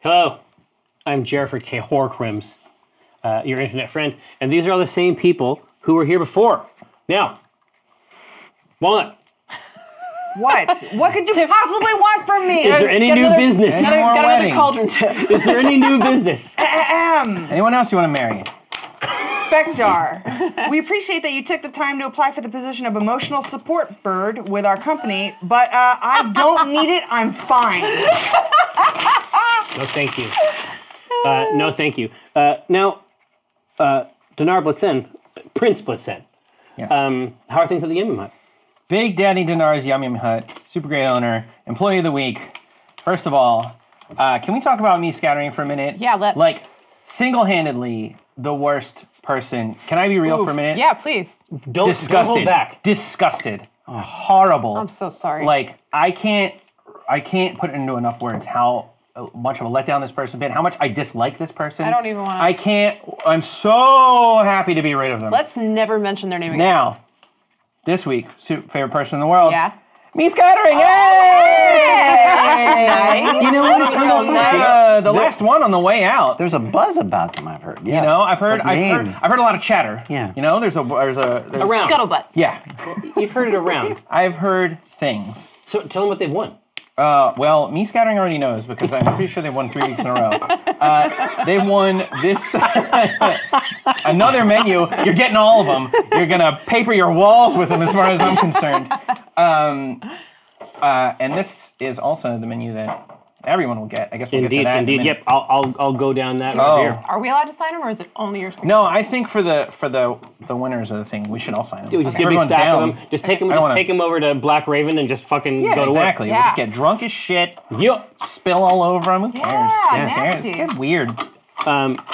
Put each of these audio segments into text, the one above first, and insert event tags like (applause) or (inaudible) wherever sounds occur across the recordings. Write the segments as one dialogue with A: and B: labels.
A: Hello, I'm Jerford K. Horcrims, uh, your internet friend, and these are all the same people who were here before. Now, Walnut,
B: What? what could you possibly want from me?
A: is there any
C: Got
A: new
C: (laughs) another-
A: business?
C: Got, a-
D: more
C: got another
D: weddings.
C: cauldron tip.
A: Is there any new business?
D: Anyone else you want to marry?
B: Bectar, we appreciate that you took the time to apply for the position of emotional support bird with our company, but uh, I don't need it. I'm fine.
A: No, thank you. Uh, no, thank you. Uh, now, uh, Dinar Blitzen, Prince Blitzen,
D: Yes.
A: um, how are things at the Yum Yum Hut?
D: Big Daddy Dinar's Yum Yum Hut, super great owner, employee of the week. First of all, uh, can we talk about me scattering for a minute?
C: Yeah, let's.
D: Like, single handedly, the worst person. Can I be real for a minute?
C: Yeah, please.
A: Don't, don't
D: Disgusted.
A: hold
D: (laughs)
A: back.
D: Disgusted. Horrible.
C: I'm so sorry.
D: Like, I can't, I can't put into enough words how uh, much of a letdown this person's been, how much I dislike this person.
C: I don't even wanna-
D: I can't, I'm so happy to be rid of them.
C: Let's never mention their name again.
D: Now, this week, su- favorite person in the world.
C: Yeah.
D: Me scattering. Hey! (laughs)
E: You know what?
D: Uh, the last one on the way out. You
E: There's a buzz about them. I've heard. Yeah.
D: know, I've heard,
E: But
D: I've heard,
E: man,
D: I've heard a lot of chatter.
E: Yeah.
D: You know, there's a, there's a, there's,
A: Around.
C: Scuttlebutt.
D: Yeah,
A: You've heard it around.
D: I've heard things.
A: So tell them what they've won.
D: Uh, well, me scattering already knows because I'm pretty sure they won three weeks in a row. Uh, they won this (laughs) another menu. You're getting all of them. You're gonna paper your walls with them, as far as I'm concerned. Um, uh, and this is also the menu that everyone will get. I guess we'll get to
A: Indeed,
D: that. in a
A: indeed.
D: minute.
A: Yep, I'll, I'll, I'll go down that
D: Oh.
A: right here.
C: Are we allowed to sign them, or is it only your signature?
D: No, I think for the for the the winners of the thing, we should all sign them.
A: We just get a big
D: Everyone's
A: stack
D: down.
A: of them. Just take them.
D: I
A: Just
D: don't wanna-
A: take them over to Black Raven and just fucking
D: yeah,
A: go to
D: exactly.
C: Yeah.
D: We'll just get drunk as shit,
A: work. Yup.
D: spill all over them. Who cares?
C: Yeah,
D: Who cares?
C: nasty.
D: It's getting weird.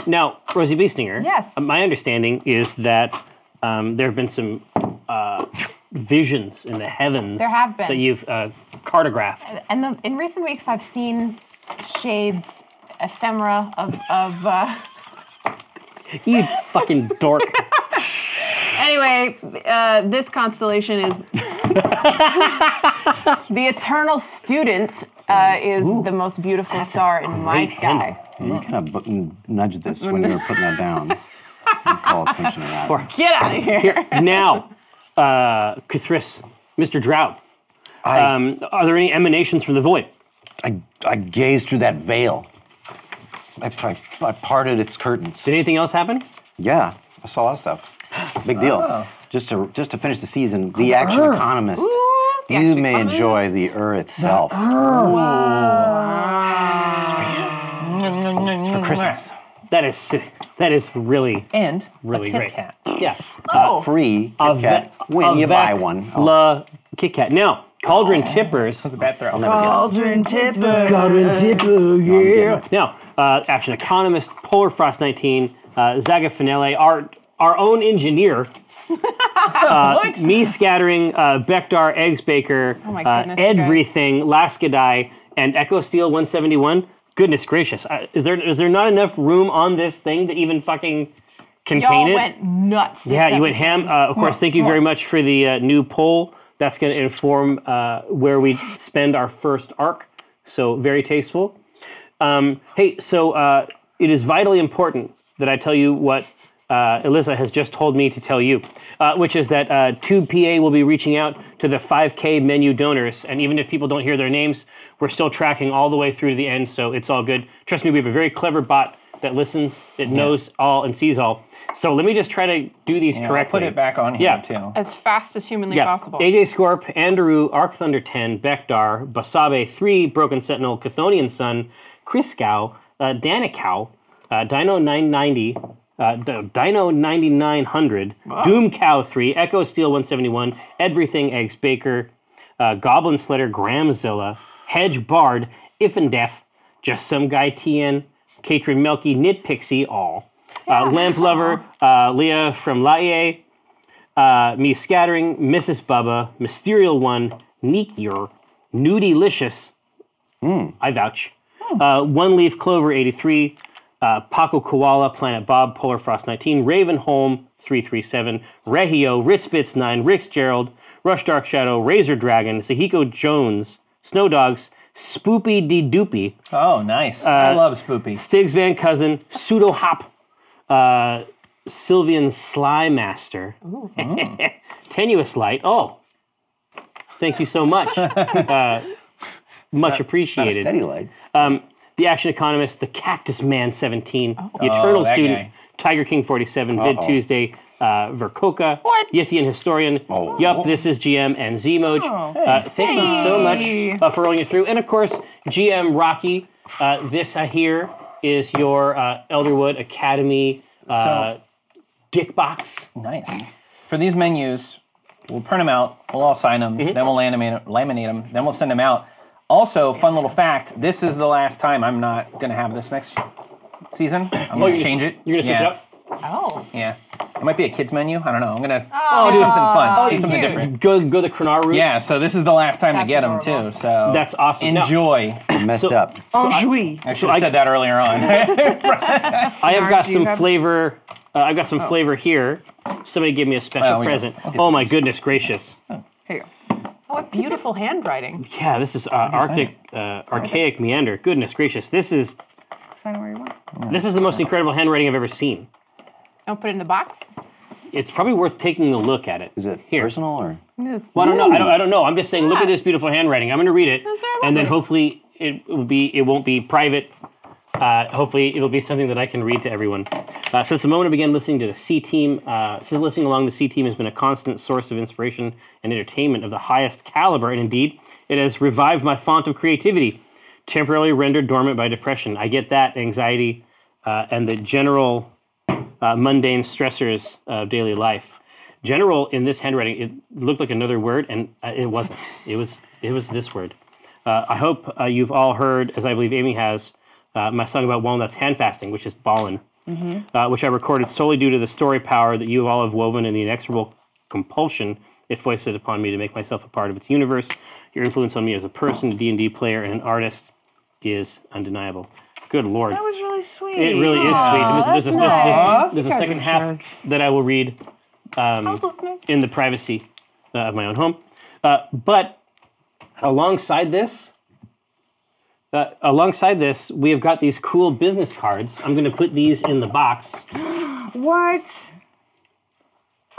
A: Now, Rosie Beestinger.
C: Yes.
A: uh, My understanding is that um, there have been some uh, visions in the heavens.
C: There have been. Uh,
A: that you've uh, cartographed.
C: And the, in recent weeks, I've seen shades, ephemera of of. Uh,
A: you fucking
C: (laughs)
A: dork.
C: anyway, uh, this constellation is (laughs) the eternal student uh, is the most beautiful star in my
A: great
C: sky.
A: handle.
E: you kind of bu- nudged this when you were putting that down. You call attention to that.
C: Get out of here.
A: Here now, uh, Kuthris, Mr. Drought.
E: I,
A: Um, are there any emanations from the void?
E: I, I gazed through that veil. I, I, I parted its curtains.
A: Did anything else happen?
E: Yeah, I saw a lot of stuff. Big deal. Just to just to finish the season, the Action Economist.
C: The
E: you
C: Action
E: may
C: Economist.
E: enjoy the Ur itself.
D: It's for Christmas.
A: That is that is really
D: And
A: really
D: a Kit
A: great.
D: Kat.
A: yeah.
C: Oh,
E: Free
A: A
E: Kit Kat
A: ve-
E: when
A: a
E: you buy
A: vec-
E: one. oh,
A: La Kit Kat. Now, Cauldron Tippers. Oh,
D: It's a bad throw.
B: Cauldron tipper.
A: Uh,
E: I'm getting it.
A: Now, uh, Action Economist, Polar Frost 19, uh, Zagafinele, our, our own engineer,
D: What?
A: Uh, me scattering, uh, Bectar, Eggs Baker,
C: Oh my
A: uh,
C: goodness, guys.
A: everything, Laskadai, and Echo Steel 171. Goodness gracious, uh, is there is there not enough room on this thing to even fucking contain
C: y'all
A: it?
C: went nuts. this
A: Yeah, you went
C: episode.
A: ham. Uh, of course, thank you very much for the uh, new poll. That's going to inform uh, where we spend our first arc. So very tasteful. Um, hey, so uh, it is vitally important that I tell you what uh, Eliza has just told me to tell you, uh, which is that uh, Tube PA will be reaching out to the 5K menu donors, and even if people don't hear their names, we're still tracking all the way through to the end, so it's all good. Trust me, we have a very clever bot that listens, that knows all, and sees all. So let me just try to do these
D: Yeah, I'll
A: correctly.
D: put it back on here
A: Yeah.
D: too.
C: as fast as humanly possible.
A: AJ Scorp, Andaru, Arc Thunder 10, Bekdar, Basabe 3, Broken Sentinel, Chthonian Sun, Kriskow, uh, Danicow, uh, Dino 990, uh, D- Dino 9900, Doom Cow 3, Echo Steel 171, Everything Eggs Baker, uh, Goblin Slayer, Gramzilla, Hedge Bard, Ifendef, Just Some Guy TN, Katrin Melky, Nit Pixie, all. Uh, Lamp Lover, uh, Leah from Laie, Uh, me scattering, Mrs. Bubba, Mysterial One, Nikier, Nudelicious. I vouch. Uh, One Leaf Clover 83, uh, Paco Koala, Planet Bob, Polar Frost 19, Ravenholm 337, Rehio, Ritzbits 9, Rix Gerald, Rush Dark Shadow, Razor Dragon, Sahiko Jones, Snow Dogs, Spoopy D Doopy,
D: Oh, nice.
A: uh,
D: I love Spoopy.
A: Stigs Van Cousin, Pseudo Hop, uh, Sylvian Sly Master, (laughs) Tenuous Light. Oh, thank you so much. (laughs) uh, much
E: Not a
A: appreciated.
E: steady light.
A: The Action Economist, The Cactus Man 17, The Eternal
D: Oh, that
A: Student,
D: guy.
A: Tiger King 47, Vid
E: Uh-oh.
A: Tuesday, uh, Verkoka,
B: What?
A: Yithian Historian,
E: Oh.
A: Yup, This Is GM, and Zmoj. Uh, thank you so much uh, for rolling it through. And of course, GM Rocky, uh, this I hear is your uh, Elderwood Academy uh, dick box. Oh,
D: Nice. For these menus, we'll print them out, we'll all sign them,
A: Mm-hmm.
D: then we'll laminate, laminate them, then we'll send them out. Also, fun little fact this is the last time I'm not going to have this next season. I'm going to change it.
A: Oh, You're going to switch
D: yeah.
A: it up?
C: Oh.
D: Yeah. It might be a kids menu. I don't know. I'm going to do something
C: Oh,
D: fun, do something
C: cute.
D: different.
A: Go, go the Krenar route?
D: Yeah, so this is the last time
C: That's
D: to get them
C: adorable.
D: too. So
A: That's awesome. Now-
D: Enjoy.
E: Messed
A: So-
E: up.
B: Enjoui.
A: (coughs)
D: I should have
A: I-
D: said that
A: (coughs)
D: earlier on. (laughs)
A: I have got
B: do you
A: some
B: have- Oh.
A: flavor. Uh, I've got some flavor here. Somebody give me a special
D: Oh, we-
A: present.
D: I'll get
A: Oh my goodness gracious!
B: Here you go.
C: What beautiful handwriting.
A: Yeah, this is uh, Arctic uh, archaic meander. Goodness gracious! This is
B: Sign it where you want.
A: this is the most incredible handwriting I've ever seen.
C: Don't put it in the box.
A: It's probably worth taking a look at it.
E: Is it
A: here?
E: personal or?
C: This-
A: Well, I don't know. I don't, I don't know. I'm just saying. Look at
C: Yeah.
A: this beautiful handwriting. I'm going to read it,
C: That's very
A: and then
C: lovely.
A: hopefully it will be it won't be private. Uh, hopefully it'll be something that I can read to everyone. Uh, since the moment I began listening to the C Team, uh, since listening along the C Team has been a constant source of inspiration and entertainment of the highest caliber, and indeed, it has revived my font of creativity, temporarily rendered dormant by depression. I get that anxiety uh, and the general uh, mundane stressors of daily life. General in this handwriting, it looked like another word, and uh, it wasn't. It was it was this word. Uh, I hope uh, you've all heard, as I believe Amy has, uh, my song about walnuts hand fasting, which is ballin', uh, which I recorded solely due to the story power that you all have woven and the inexorable compulsion it foisted upon me to make myself a part of its universe. Your influence on me as a person, a D&D player, and an artist is undeniable. Good lord.
B: That was really sweet.
A: It really is sweet. There's, there's, a- there's, a-
C: nice.
A: there's a
B: Guys
A: second
B: are
A: half
B: jerks.
A: that I will read
C: I was listening.
A: in the privacy uh, of my own home. Uh, but alongside this, uh, alongside this, we have got these cool business cards. I'm going to put these in the box.
B: What?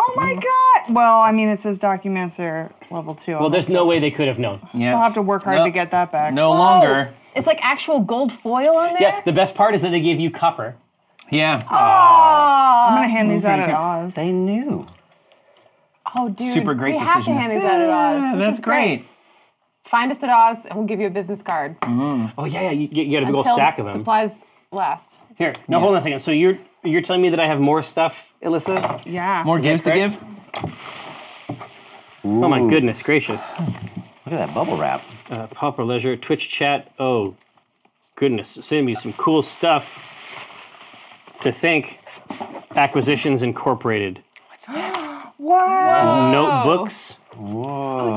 B: Oh my god! Well, I mean, it says documents are level two.
A: Well, there's no way they could have known.
D: yeah.
B: I'll have to work hard
D: No-
B: to get that back.
D: No longer.
C: Oh, It's like actual gold foil on there.
A: Yeah, the best part is that they gave you copper.
B: Oh,
D: Yeah.
B: I'm gonna hand these out at Oz.
E: They knew.
C: Oh, dude.
D: Super great
C: We have to
D: decisions.
C: hand these out at Oz.
D: Yeah,
C: This
D: that's
C: is great.
D: great.
C: Find us at Oz, and we'll give you a business card
A: Oh yeah, yeah you, you get a big old
C: until
A: stack of them.
C: supplies last.
A: Here, no, hold on a second. So you're you're telling me that I have more stuff, Alyssa?
B: Yeah.
D: More gives to
A: great.
D: give?
A: Oh my goodness gracious!
E: Look at that bubble wrap.
A: Uh, Pauper Leisure, Twitch chat. Oh, goodness. Send me some cool stuff to thank Acquisitions Incorporated.
B: What?
A: Notebooks,
C: Yes.
D: Oh.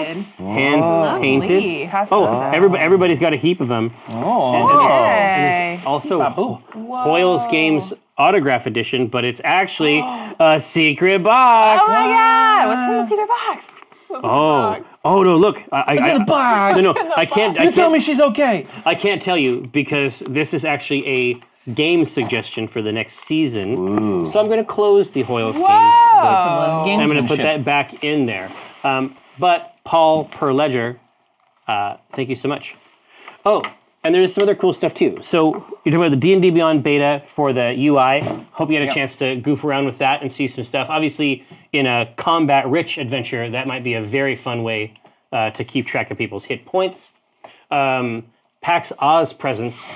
C: Painted.
A: hand painted.
C: Lovely.
B: Pass
A: Oh,
B: those out.
A: everybody, everybody's got a heap of them.
D: Oh.
B: Hey.
A: Also,
D: Ooh.
A: Hoyle's Games Autograph Edition, but it's actually (gasps) a secret box.
C: Oh my God! What's in the secret box?
A: Oh, oh no! Look, I, I,
D: It's in the box.
A: I, no, no, I can't. I
D: You
A: can't,
D: tell me she's okay.
A: I can't tell you because this is actually a game suggestion for the next season. So I'm going to close the Hoyle's game. book.
D: Uh, Gamesmanship.
A: I'm going to put that back in there. Um, but Paul per ledger, uh, thank you so much. Oh, and there's some other cool stuff too. So you're talking about the D and D Beyond beta for the UI. Hope you had a
D: Yep.
A: chance to goof around with that and see some stuff. Obviously, in a combat-rich adventure, that might be a very fun way uh, to keep track of people's hit points. Um, PAX Oz presence.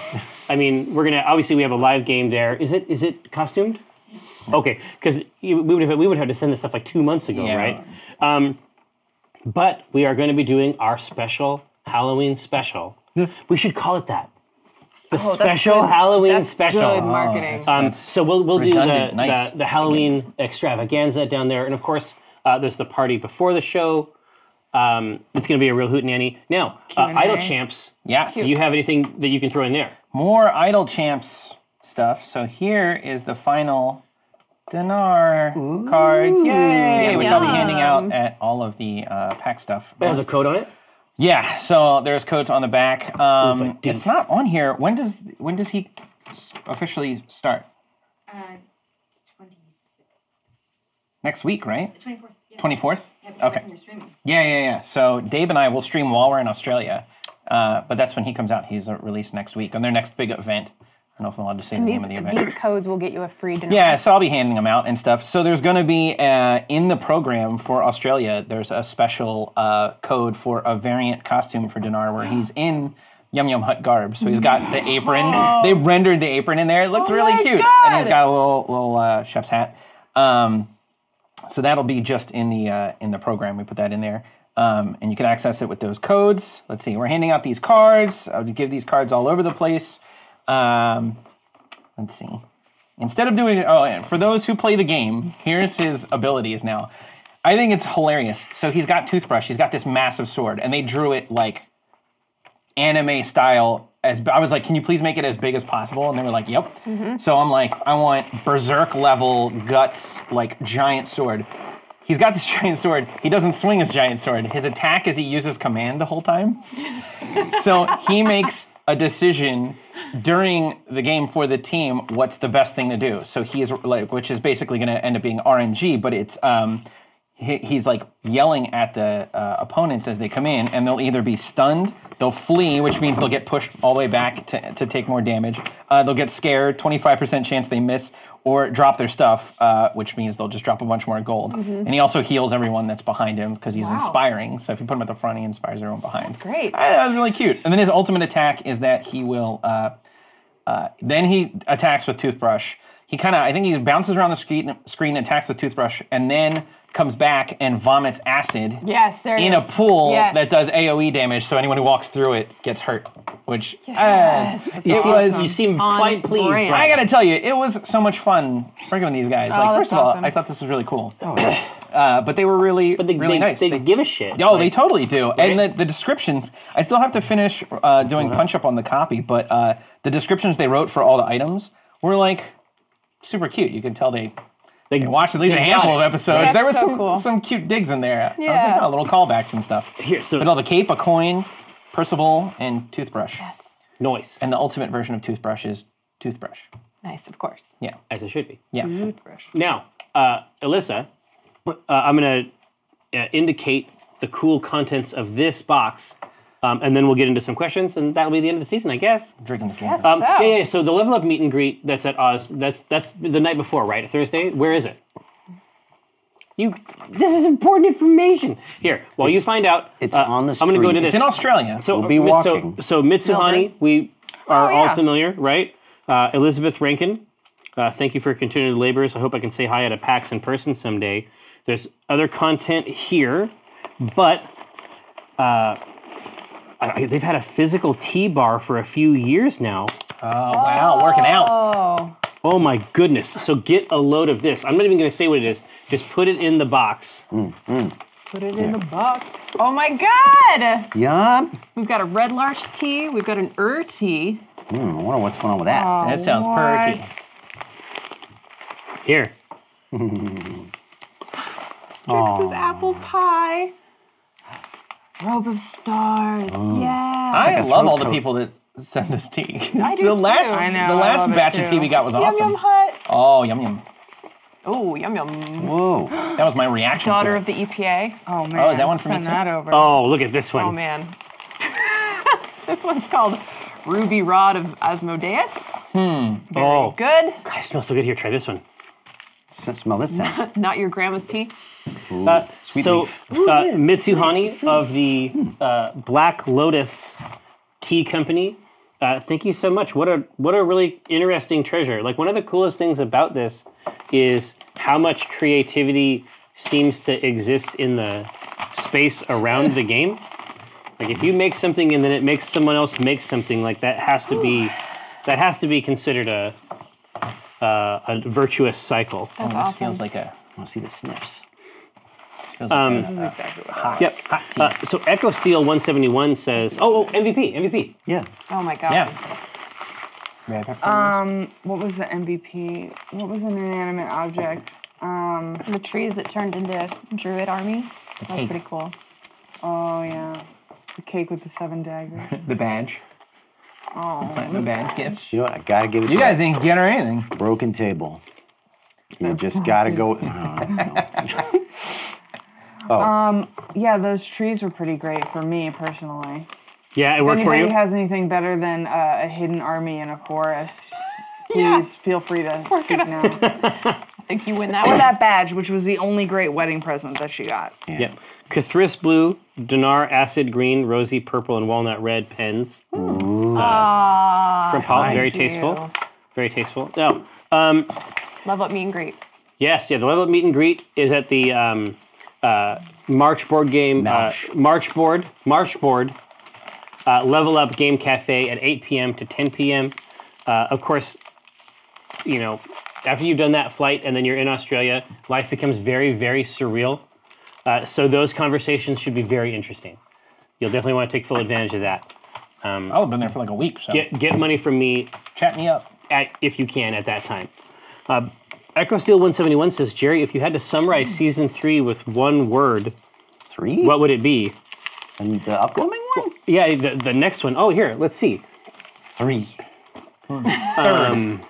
A: I mean, we're gonna obviously we have a live game there. Is it is it costumed? Okay, because we would have, we would have to send this stuff like two months ago,
D: Yeah.
A: right? Um, but we are going to be doing our special Halloween special. We should call it that. The
C: Oh, that's
A: special
C: good.
A: Halloween
C: That's
A: special.
C: Good marketing.
A: Um, so we'll we'll do the,
D: redundant. Nice.
A: the the Halloween extravaganza down there, and of course uh, there's the party before the show. Um, it's going to be a real hootenanny. Now, uh,
B: Q&A.
A: Idle Champs.
D: Yes.
A: Do you have anything that you can throw in there?
D: more idle champs stuff. So here is the final dinar cards. Yay! Which I'll be handing out at all of the uh, pack stuff.
A: It has a code on it.
D: Yeah, so there's codes on the back. Um,
A: Oof, I
D: it's not on here. When does when does he s- officially start?
F: Uh, 20,
D: Next week, right?
F: 24th. Yeah.
D: Twenty fourth.
F: Yeah, because
D: Okay.
F: you're streaming.
D: Yeah, yeah, yeah. So Dave and I will stream while we're in Australia, uh, but that's when he comes out. He's uh, released next week on their next big event. I don't know if I'm allowed to say the
C: These,
D: name of the event.
C: these codes will get you a free dinner.
D: Yeah, so I'll be handing them out and stuff. So there's going to be uh, in the program for Australia. There's a special uh, code for a variant costume for Dinar where he's in Yum Yum Hut garb. So he's got the
C: (gasps)
D: apron. They rendered the apron in there. It looks
C: Oh
D: really
C: my
D: cute, and he's
C: God.
D: got a little little uh, chef's hat. Um, so that'll be just in the uh, in the program. We put that in there, um, and you can access it with those codes. Let's see, we're handing out these cards. I'll give these cards all over the place. Um, let's see. Instead of doing oh, and for those who play the game, here's his abilities now. I think it's hilarious. So he's got toothbrush. He's got this massive sword, and they drew it like anime style. As I was like, can you please make it as big as possible? And they were like, yep. So I'm like, I want berserk level guts, like giant sword. He's got this (laughs) giant sword. He doesn't swing his giant sword. His attack is he uses command the whole time. so he makes a decision during the game for the team what's the best thing to do. So he is like, which is basically going to end up being RNG, but it's um, he, he's like yelling at the uh, opponents as they come in, and they'll either be stunned, they'll flee, which means they'll get pushed all the way back to, to take more damage. Uh, they'll get scared, 25% chance they miss, or drop their stuff, uh, which means they'll just drop a bunch more gold. And he also heals everyone that's behind him because he's
C: Wow.
D: inspiring. So if you put him at the front, he inspires everyone behind.
C: That's great.
D: I- that was really cute. And then his ultimate attack is that he will. Uh, uh, then he attacks with toothbrush. He kind of, I think he bounces around the screen, screen, attacks with toothbrush, and then comes back and vomits acid
C: Yes, there it
D: in
C: is.
D: a pool
C: Yes.
D: that does AOE damage. So anyone who walks through it gets hurt. Which uh,
C: Yes.
D: it's-
C: You
D: it
C: see-
D: was.
A: You seem
C: On
A: quite pleased.
C: brand.
A: Brian.
D: I gotta tell you, it was so much fun working with these guys. like,
C: Oh, that's
D: first of all,
C: awesome.
D: I thought this was really cool. Uh, but they were really,
A: Oh, But they,
D: really
A: they,
D: nice.
A: they
D: They-
A: give a shit.
D: Oh, they totally do. And the, the descriptions, I still have to finish uh, doing
A: Uh-huh.
D: punch up on the copy, but uh, the descriptions they wrote for all the items were like super cute. You can tell they,
A: They,
D: they watched at least a
A: they got
D: handful
A: it.
D: of episodes.
C: That's
D: there was
C: so
D: some
C: cool.
D: some cute digs in there. I was like,
C: Yeah.
D: oh, little callbacks and stuff.
A: Here, so-
D: but all the cape, a coin, Percival, and toothbrush.
C: Yes.
A: Noise,
D: And the ultimate version of toothbrush is toothbrush.
C: Nice, of course.
D: Yeah,
A: as it should be.
D: yeah.
A: Now, uh, Alyssa, uh, I'm going to uh, indicate the cool contents of this box, um, and then we'll get into some questions, and that'll be the end of the season, I guess.
D: I'm drinking this water.
C: Yes.
A: Um,
C: so,
A: yeah, yeah, yeah. So the level up meet and greet that's at Oz. That's that's the night before, right? Thursday. Where is it? You. This is important information. Here, while you find out,
E: it's on the
A: Uh, I'm going to go
E: street.
A: into this.
D: It's in Australia.
A: So,
E: We'll be
A: mi- so-
E: walking.
A: So, Mitsuhani, we are
C: Oh,
A: all
C: yeah.
A: familiar, right? Uh, Elizabeth Rankin, uh, thank you for your continued labors. I hope I can say hi at a PAX in person someday. There's other content here, but uh, I, I- they've had a physical T bar for a few years now.
D: oh, wow, working out.
A: Oh my goodness. So get a load of this. I'm not even going to say what it is. Just put it in the box.
E: Mm.
C: Put it in the box. Oh my God!
E: Yum.
G: We've got a red larch tea. We've got an ur tea.
E: I wonder what's going on with that.
D: That sounds
C: Oh,
D: pretty.
A: Here.
G: Strix's apple pie. Robe of stars. Yeah.
D: I
E: a
D: love
E: throat
D: all the
E: coat.
D: people that send us tea. (laughs)
G: I do
D: the last,
G: too. I
B: know,
D: the
B: I
D: last
B: love it
D: batch of
B: too.
D: tea we got was awesome.
G: Yum yum hut.
D: Oh, yum yum.
G: Oh yum yum.
E: Whoa.
D: That was my reaction.
C: Daughter
D: to it.
C: of the EPA.
B: Oh man.
D: Oh, is that one for me
B: Send
D: too?
B: that over.
A: Oh, look at this one.
G: E Oh man. (laughs) this one's called Ruby Rod of Asmodeus.
A: Oh,
G: Good.
A: God, it smells so good here. Try this one.
E: S- Smell this
C: (laughs)
E: scent.
G: Not your grandma's tea.
A: Uh, so, uh, Mitsuhani of the uh, Black Lotus Tea Company, uh, thank you so much. What a what a really interesting treasure. Like one of the coolest things about this is how much creativity seems to exist in the space around the game. Like if you make something and then it makes someone else make something, like that has to be that has to be considered a uh, a virtuous cycle.
D: Oh, this
C: awesome.
D: feels like a,
E: I want to see the sniffs.
D: feels like a, a hot,
A: Yep.
D: hot tea.
A: Uh, so Echo Steel 171 says, "Oh, oh MVP, MVP.
E: Yeah.
C: Oh my God.
D: yeah. Red peppers.
B: What was the MVP? What was an inanimate object?
C: The trees that turned into druid army. That was pretty cool.
B: Oh yeah. The cake with the seven daggers.
A: (laughs)
D: The badge. Oh. The badge gift.
E: You know what? I gotta give it.
D: You
E: to
D: guys
E: that
D: ain't get her anything.
E: broken table. You just gotta go. No, no. oh,
B: Yeah, those trees were pretty great for me personally.
A: Yeah, it
B: If
A: worked for
B: anybody
A: you.
B: has anything better than uh, a hidden army in a
A: (laughs)
B: forest, please feel free to speak now.
C: I think you win that
G: (coughs)
B: or
C: one.
B: that badge, which was the only great wedding present that she got.
A: yeah. Kathris blue, Dinar acid green, rosy purple, and walnut red pens. Uh, from Paul, very tasteful. Very tasteful. Oh,
C: Love up meet and greet.
A: Yes, yeah. The level up meet and greet is at the um, uh, March board game. Uh,
E: March.
A: March board. March board. Uh, level up game cafe at 8 p.m. to 10 p.m. Uh, of course, you know, after you've done that flight and then you're in Australia, life becomes very, very surreal. Uh, so those conversations should be very interesting. You'll definitely want to take full advantage of that.
D: I'll have been there for like a week, so
A: Get get money from me
D: chat me up.
A: at, if you can at that time. Uh, Echo Steel 171 says, Jerry, if you had to summarize season three with one word,
E: three.
A: what would it be?
E: and the upcoming one?
A: Yeah, the, the next one. Oh, here, let's see.
E: Three.
A: Um,
E: Third.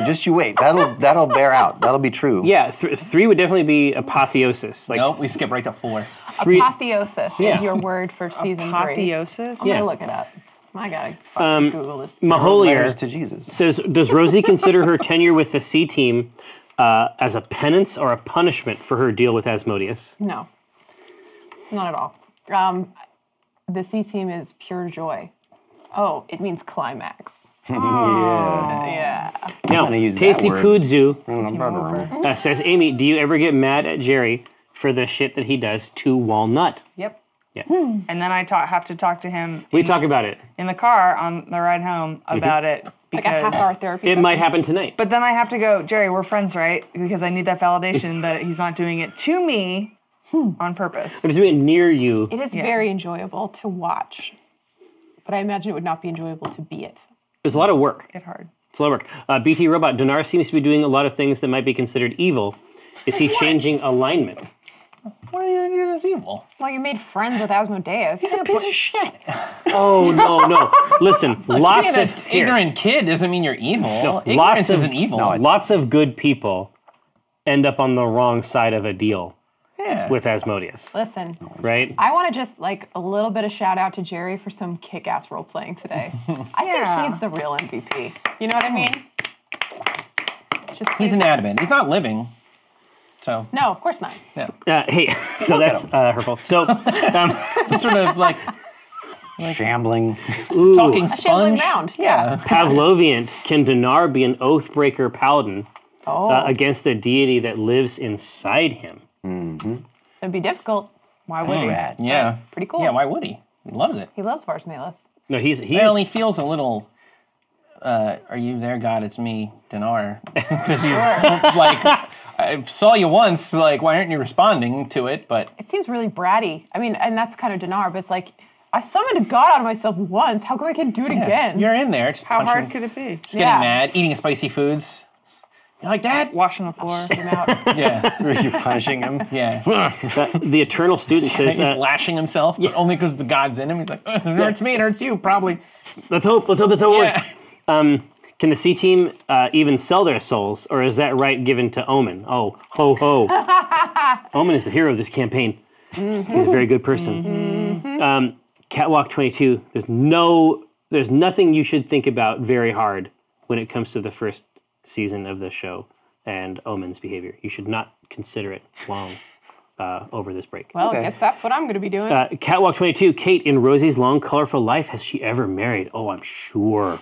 E: Wait, just you wait. That'll that'll bear out. That'll be true.
A: Yeah, th- three would definitely be apotheosis. Like
D: Nope, we skip right to four.
A: three.
C: Apotheosis
A: Yeah.
C: is your word for season three.
B: Apotheosis?
C: I'm
A: Yeah. Um,
C: gonna look it up. I gotta fucking Google this.
E: Letters to
A: Maholier (laughs)
E: Jesus.
A: says, Does Rosie consider her tenure with the C team uh, as a penance or a punishment for her deal with Asmodeus?
C: No, not at all. Um, the C team is pure joy. Oh, it means climax.
B: Oh.
E: Yeah.
C: Yeah.
A: Now,
E: gonna use that
A: Tasty
E: word.
A: Kudzu
E: I'm better.
A: uh, says, Amy, do you ever get mad at Jerry for the shit that he does to Walnut?
B: Yep. Hmm.
A: Yeah.
B: And then I ta- have to talk to him
A: We
E: Mm.
A: talk Mm-hmm. about it.
B: in the car on the ride home about it
C: Like a half
B: because.
C: hour therapy.
A: It might happen tonight.
B: but then I have to go, Jerry, we're friends, right? Because I need that validation that he's not doing it to me
E: Hmm.
B: on purpose.
A: But if it's near you,
C: It is very enjoyable to watch, but I imagine it would not be enjoyable to be it.
A: there's a lot of work.
B: Get hard.
A: It's a lot of work. Uh, BT Robot, Dinar seems to be doing a lot of things that might be considered evil. Is
D: (laughs)
A: he changing alignment?
D: What do you think is this evil?
C: Well, you made friends with Asmodeus.
A: (laughs)
D: It's a piece of shit.
A: Oh, no,
D: (laughs)
A: no. Listen, lots
D: Being an
A: of here.
D: ignorant kid doesn't mean you're evil. Ignorance
A: lots of-
D: isn't evil.
E: No, it's-
A: Lots of good people end up on the wrong side of a deal
D: yeah.
A: with Asmodeus,
C: Listen,
A: right?
C: I want to just like a little bit of shout out to Jerry for some kick ass role playing
D: (laughs)
C: today. I
B: Yeah.
C: think he's the real MVP. You know what I mean? Just
D: Hmm. He's
C: please-
D: inanimate. He's not living. So
C: No, of course not.
A: Uh, hey, (laughs) so that's uh, hurtful. So,
D: (laughs)
A: um,
D: some sort of like
A: (laughs)
E: Shambling.
C: Shambling
D: talking sponge.
C: round. Yeah.
A: Pavlovian, can Dinar be an Oathbreaker paladin
C: Oh,
A: uh, against the deity that lives inside him?
C: it'd be difficult.
B: Why would he?
E: Rad.
D: Yeah.
C: Pretty cool.
D: Yeah. Why would he? He loves it.
C: He loves Vars Malus.
A: No, he's he's
D: Well, he feels a little. Uh, are you there, God? It's me, Dinar. (laughs) Because he's like, I saw you once. Like, why aren't you responding to it? But
C: It seems really bratty. I mean, and that's kind of Dinar, but it's like, I summoned a god out of myself once. How come I can't do it again?
D: you're in there. Just
B: How
D: punching-
B: hard could it be?
D: Just getting
C: Yeah.
D: mad, eating spicy foods. You like that?
B: Washing the floor.
C: Him out.
D: Yeah,
E: Are you punishing him? (laughs)
D: yeah.
A: the eternal
D: (laughs)
A: student
D: He's
A: says, uh,
D: lashing himself, but only because the god's in him. He's like, "Ugh, it hurts me, it hurts you, probably.
A: "Let's hope. Let's hope it's how it
D: Yeah.
A: works." (laughs) Um, Can the C team uh, even sell their souls, or is that right given to Omen? Oh, ho ho! Omen is the hero of this campaign. He's a very good person. Um, Catwalk twenty two. There's no. There's nothing you should think about very hard when it comes to the first season of the show and Omen's behavior. You should not consider it long uh, over this break.
C: Well, I guess that's what I'm going to be doing.
A: Uh, Catwalk 22, Kate, in Rosie's long, colorful life, has she ever married? Oh, I'm sure.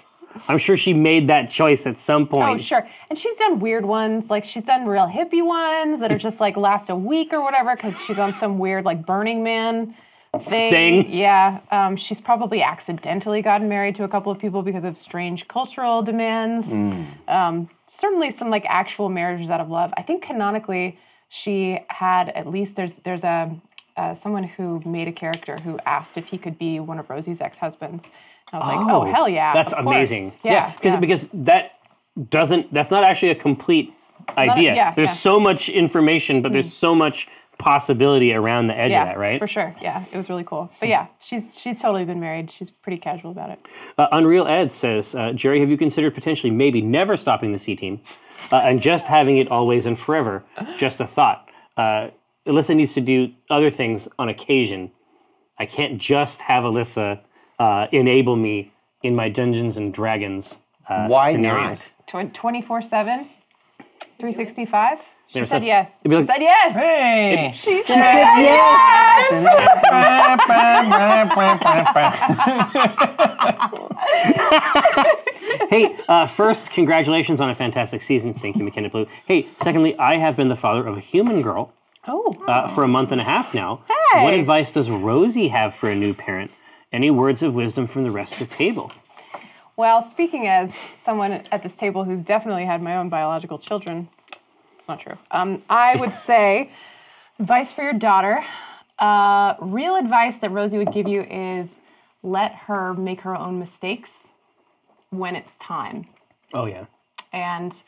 A: I'm sure she made that choice at some
C: Oh,
A: point.
C: sure. And she's done weird ones. Like, she's done real hippie ones that are just like last a week or whatever because she's on some weird, like, Burning Man thing.
A: Thing.
C: Yeah. Um, she's probably accidentally gotten married to a couple of people because of strange cultural demands.
A: Hmm.
C: Um, certainly some, like, actual marriages out of love. I think canonically, she had at least there's there's a uh, someone who made a character who asked if he could be one of Rosie's ex-husbands. And I was like, oh hell yeah,
A: That's
C: of course.
A: amazing.
C: Yeah,
A: because because that doesn't. That's not actually a complete idea.
C: yeah,
A: there's
C: yeah. Mm.
A: so much information, but there's so much possibility around the edge
C: yeah,
A: of that, right?
C: For sure. Yeah, it was really cool. But yeah, she's she's totally been married. She's pretty casual about it.
A: Uh, Unreal Ed says, uh, Jerry, have you considered potentially maybe never stopping the C team uh, and just having it always and forever? Just a thought. Uh, Alyssa needs to do other things on occasion. I can't just have Alyssa uh, enable me in my Dungeons and Dragons uh,
E: Why
A: scenarios.
C: Tw- 24/7, 365. She
A: was
C: said
A: such-
C: yes.
A: it'd be
C: She
A: like-
C: said yes.
D: Hey!
A: (laughs)
B: She said yes.
A: Hey, uh, first, congratulations on a fantastic season. Thank you, McKenna Blue. Hey, secondly, I have been the father of a human girl.
C: Oh.
A: uh, for a month and a half now. What advice does Rosie have for a new parent? Any words of wisdom from the rest of the table?
C: Well, speaking as someone at this table who's definitely had my own biological children, it's not true. Um, I would say advice for your daughter. Uh, real advice that Rosie would give you is let her make her own mistakes when it's time.
A: Oh yeah.
C: and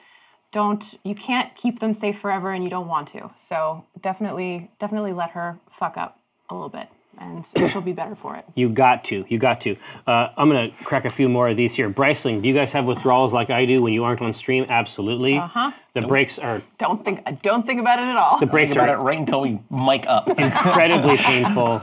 C: don't you can't keep them safe forever and you don't want to so definitely definitely let her fuck up a little bit and she'll be better for it
A: You got to. You got to. Uh, I'm gonna crack a few more of these here. Bryceling, do you guys have withdrawals like I do when you aren't on stream? Absolutely. Uh-huh. The breaks are
G: Don't think. I Don't think about it at all.
A: the breaks
D: Think about it
A: are
D: right until we mic
A: (laughs)
D: up. (laughs)
A: incredibly painful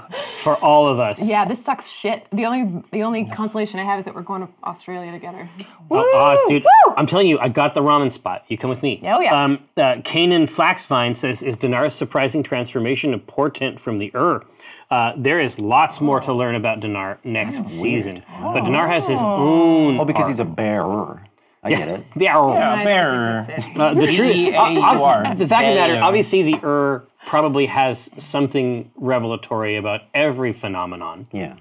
A: for all of us.
C: yeah this sucks shit the only the only consolation i have is that we're going to australia together
A: Oh, Oz, dude. I'm telling you, I got the ramen spot. You come with me.
C: Oh, yeah.
A: Um, uh, Kanan Flaxvine says, "Is Dinar's surprising transformation a portent from the Ur?" Uh, there is lots more to learn about Dinar next season, but Dinar has his own.
E: Well, Oh, because he's a bearer. I get it.
A: Yeah,
D: Yeah, bear.
C: I think that's it.
D: (laughs)
A: Uh, the truth.
D: B-A-U-R.
A: the fact of the matter,
D: Bear.
A: obviously, the Ur probably has something revelatory about every phenomenon.
E: Yeah.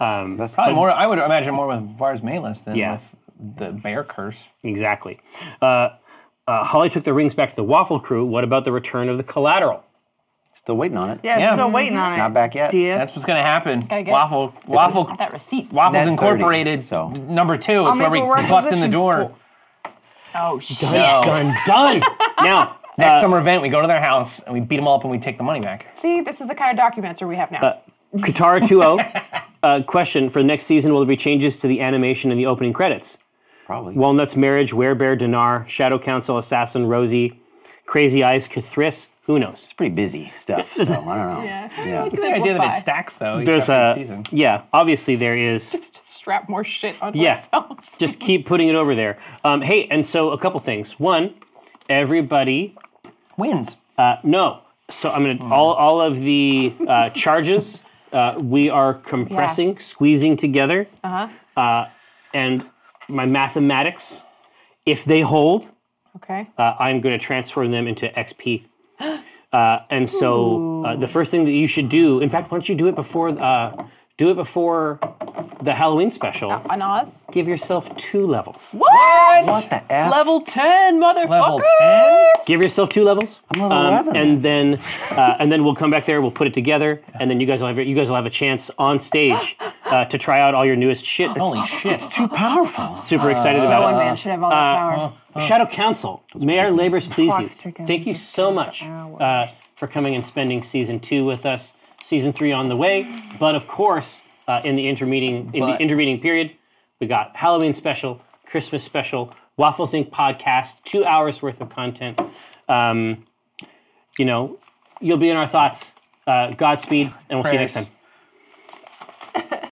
E: That's
D: Probably Uh, more. I would imagine more with Vars Malus than
A: Yeah.
D: with the bear curse.
A: Exactly. Uh, uh, Holly took the rings back to the Waffle Crew. What about the return of the collateral?
E: Still waiting on it.
B: Yeah,
D: Yeah.
B: still waiting on it.
E: Not back yet.
B: Dear.
D: That's what's gonna happen.
C: get-
D: Waffle, waffle,
C: that receipt
D: waffles
E: Net 30,
D: incorporated.
E: so.
D: number two. It's
B: make
D: where we
B: a work
D: bust in the
B: position
D: door.
C: oh shit
D: No.
A: Done, done. now,
D: Next summer event, we go to their house and we beat them all up and we take the money back.
C: see this is the kind of documenter we have now
D: Uh,
A: Katara 2.0, uh, question for the next season Will there be changes to the animation in the opening credits?
E: Probably.
A: Walnut's Marriage, Werebear, Dinar, Shadow Council, Assassin, Rosie, Crazy Eyes, Kathris, who knows?
E: It's pretty busy stuff. So I don't know. yeah.
D: It's the idea that it
C: Simplify.
D: stacks though. each
A: There's
D: after each
A: a,
D: season.
A: yeah, obviously there is.
C: just strap more shit on
A: Yeah.
C: ourselves
A: Just keep putting it over there. Um, hey, and so a couple things. One, everybody
D: Wins.
A: No. So I'm gonna all all of the uh, charges uh, we are compressing, squeezing together, uh-huh. and my mathematics, if they hold,
C: okay
A: uh, I'm going to transfer them into XP. Uh, and so uh, the first thing that you should do, in fact, why don't you do it before uh, do it before the Halloween special?
C: on oz
D: uh,
A: Give yourself two levels.
G: What?
E: What the F?
G: Level ten, motherfucker.
D: Level ten.
A: Give yourself two levels. Um,
E: I'm level 11.
A: And then, uh, and then we'll come back there. We'll put it together, and then you guys will have you guys will have a chance on stage uh, to try out all your newest shit.
D: Holy shit!
E: It's too powerful.
A: Super excited
C: no one
A: about
C: man should have all
D: uh,
C: that power
A: it. Shadow Council, may our labors please
B: Clock's
A: you.
B: ticking.
A: Thank you
B: Just
A: so
B: another
A: much
B: hour.
A: uh, for coming and spending season two with us. Season three on the way, but of course, uh, in the intermeeting in the
D: But-
A: intervening period, we got Halloween special, Christmas special, Waffles Inc. podcast, two hours worth of content. Um, you know, you'll be in our thoughts. Uh, Godspeed, and we'll see you next
D: Prayers.
A: time.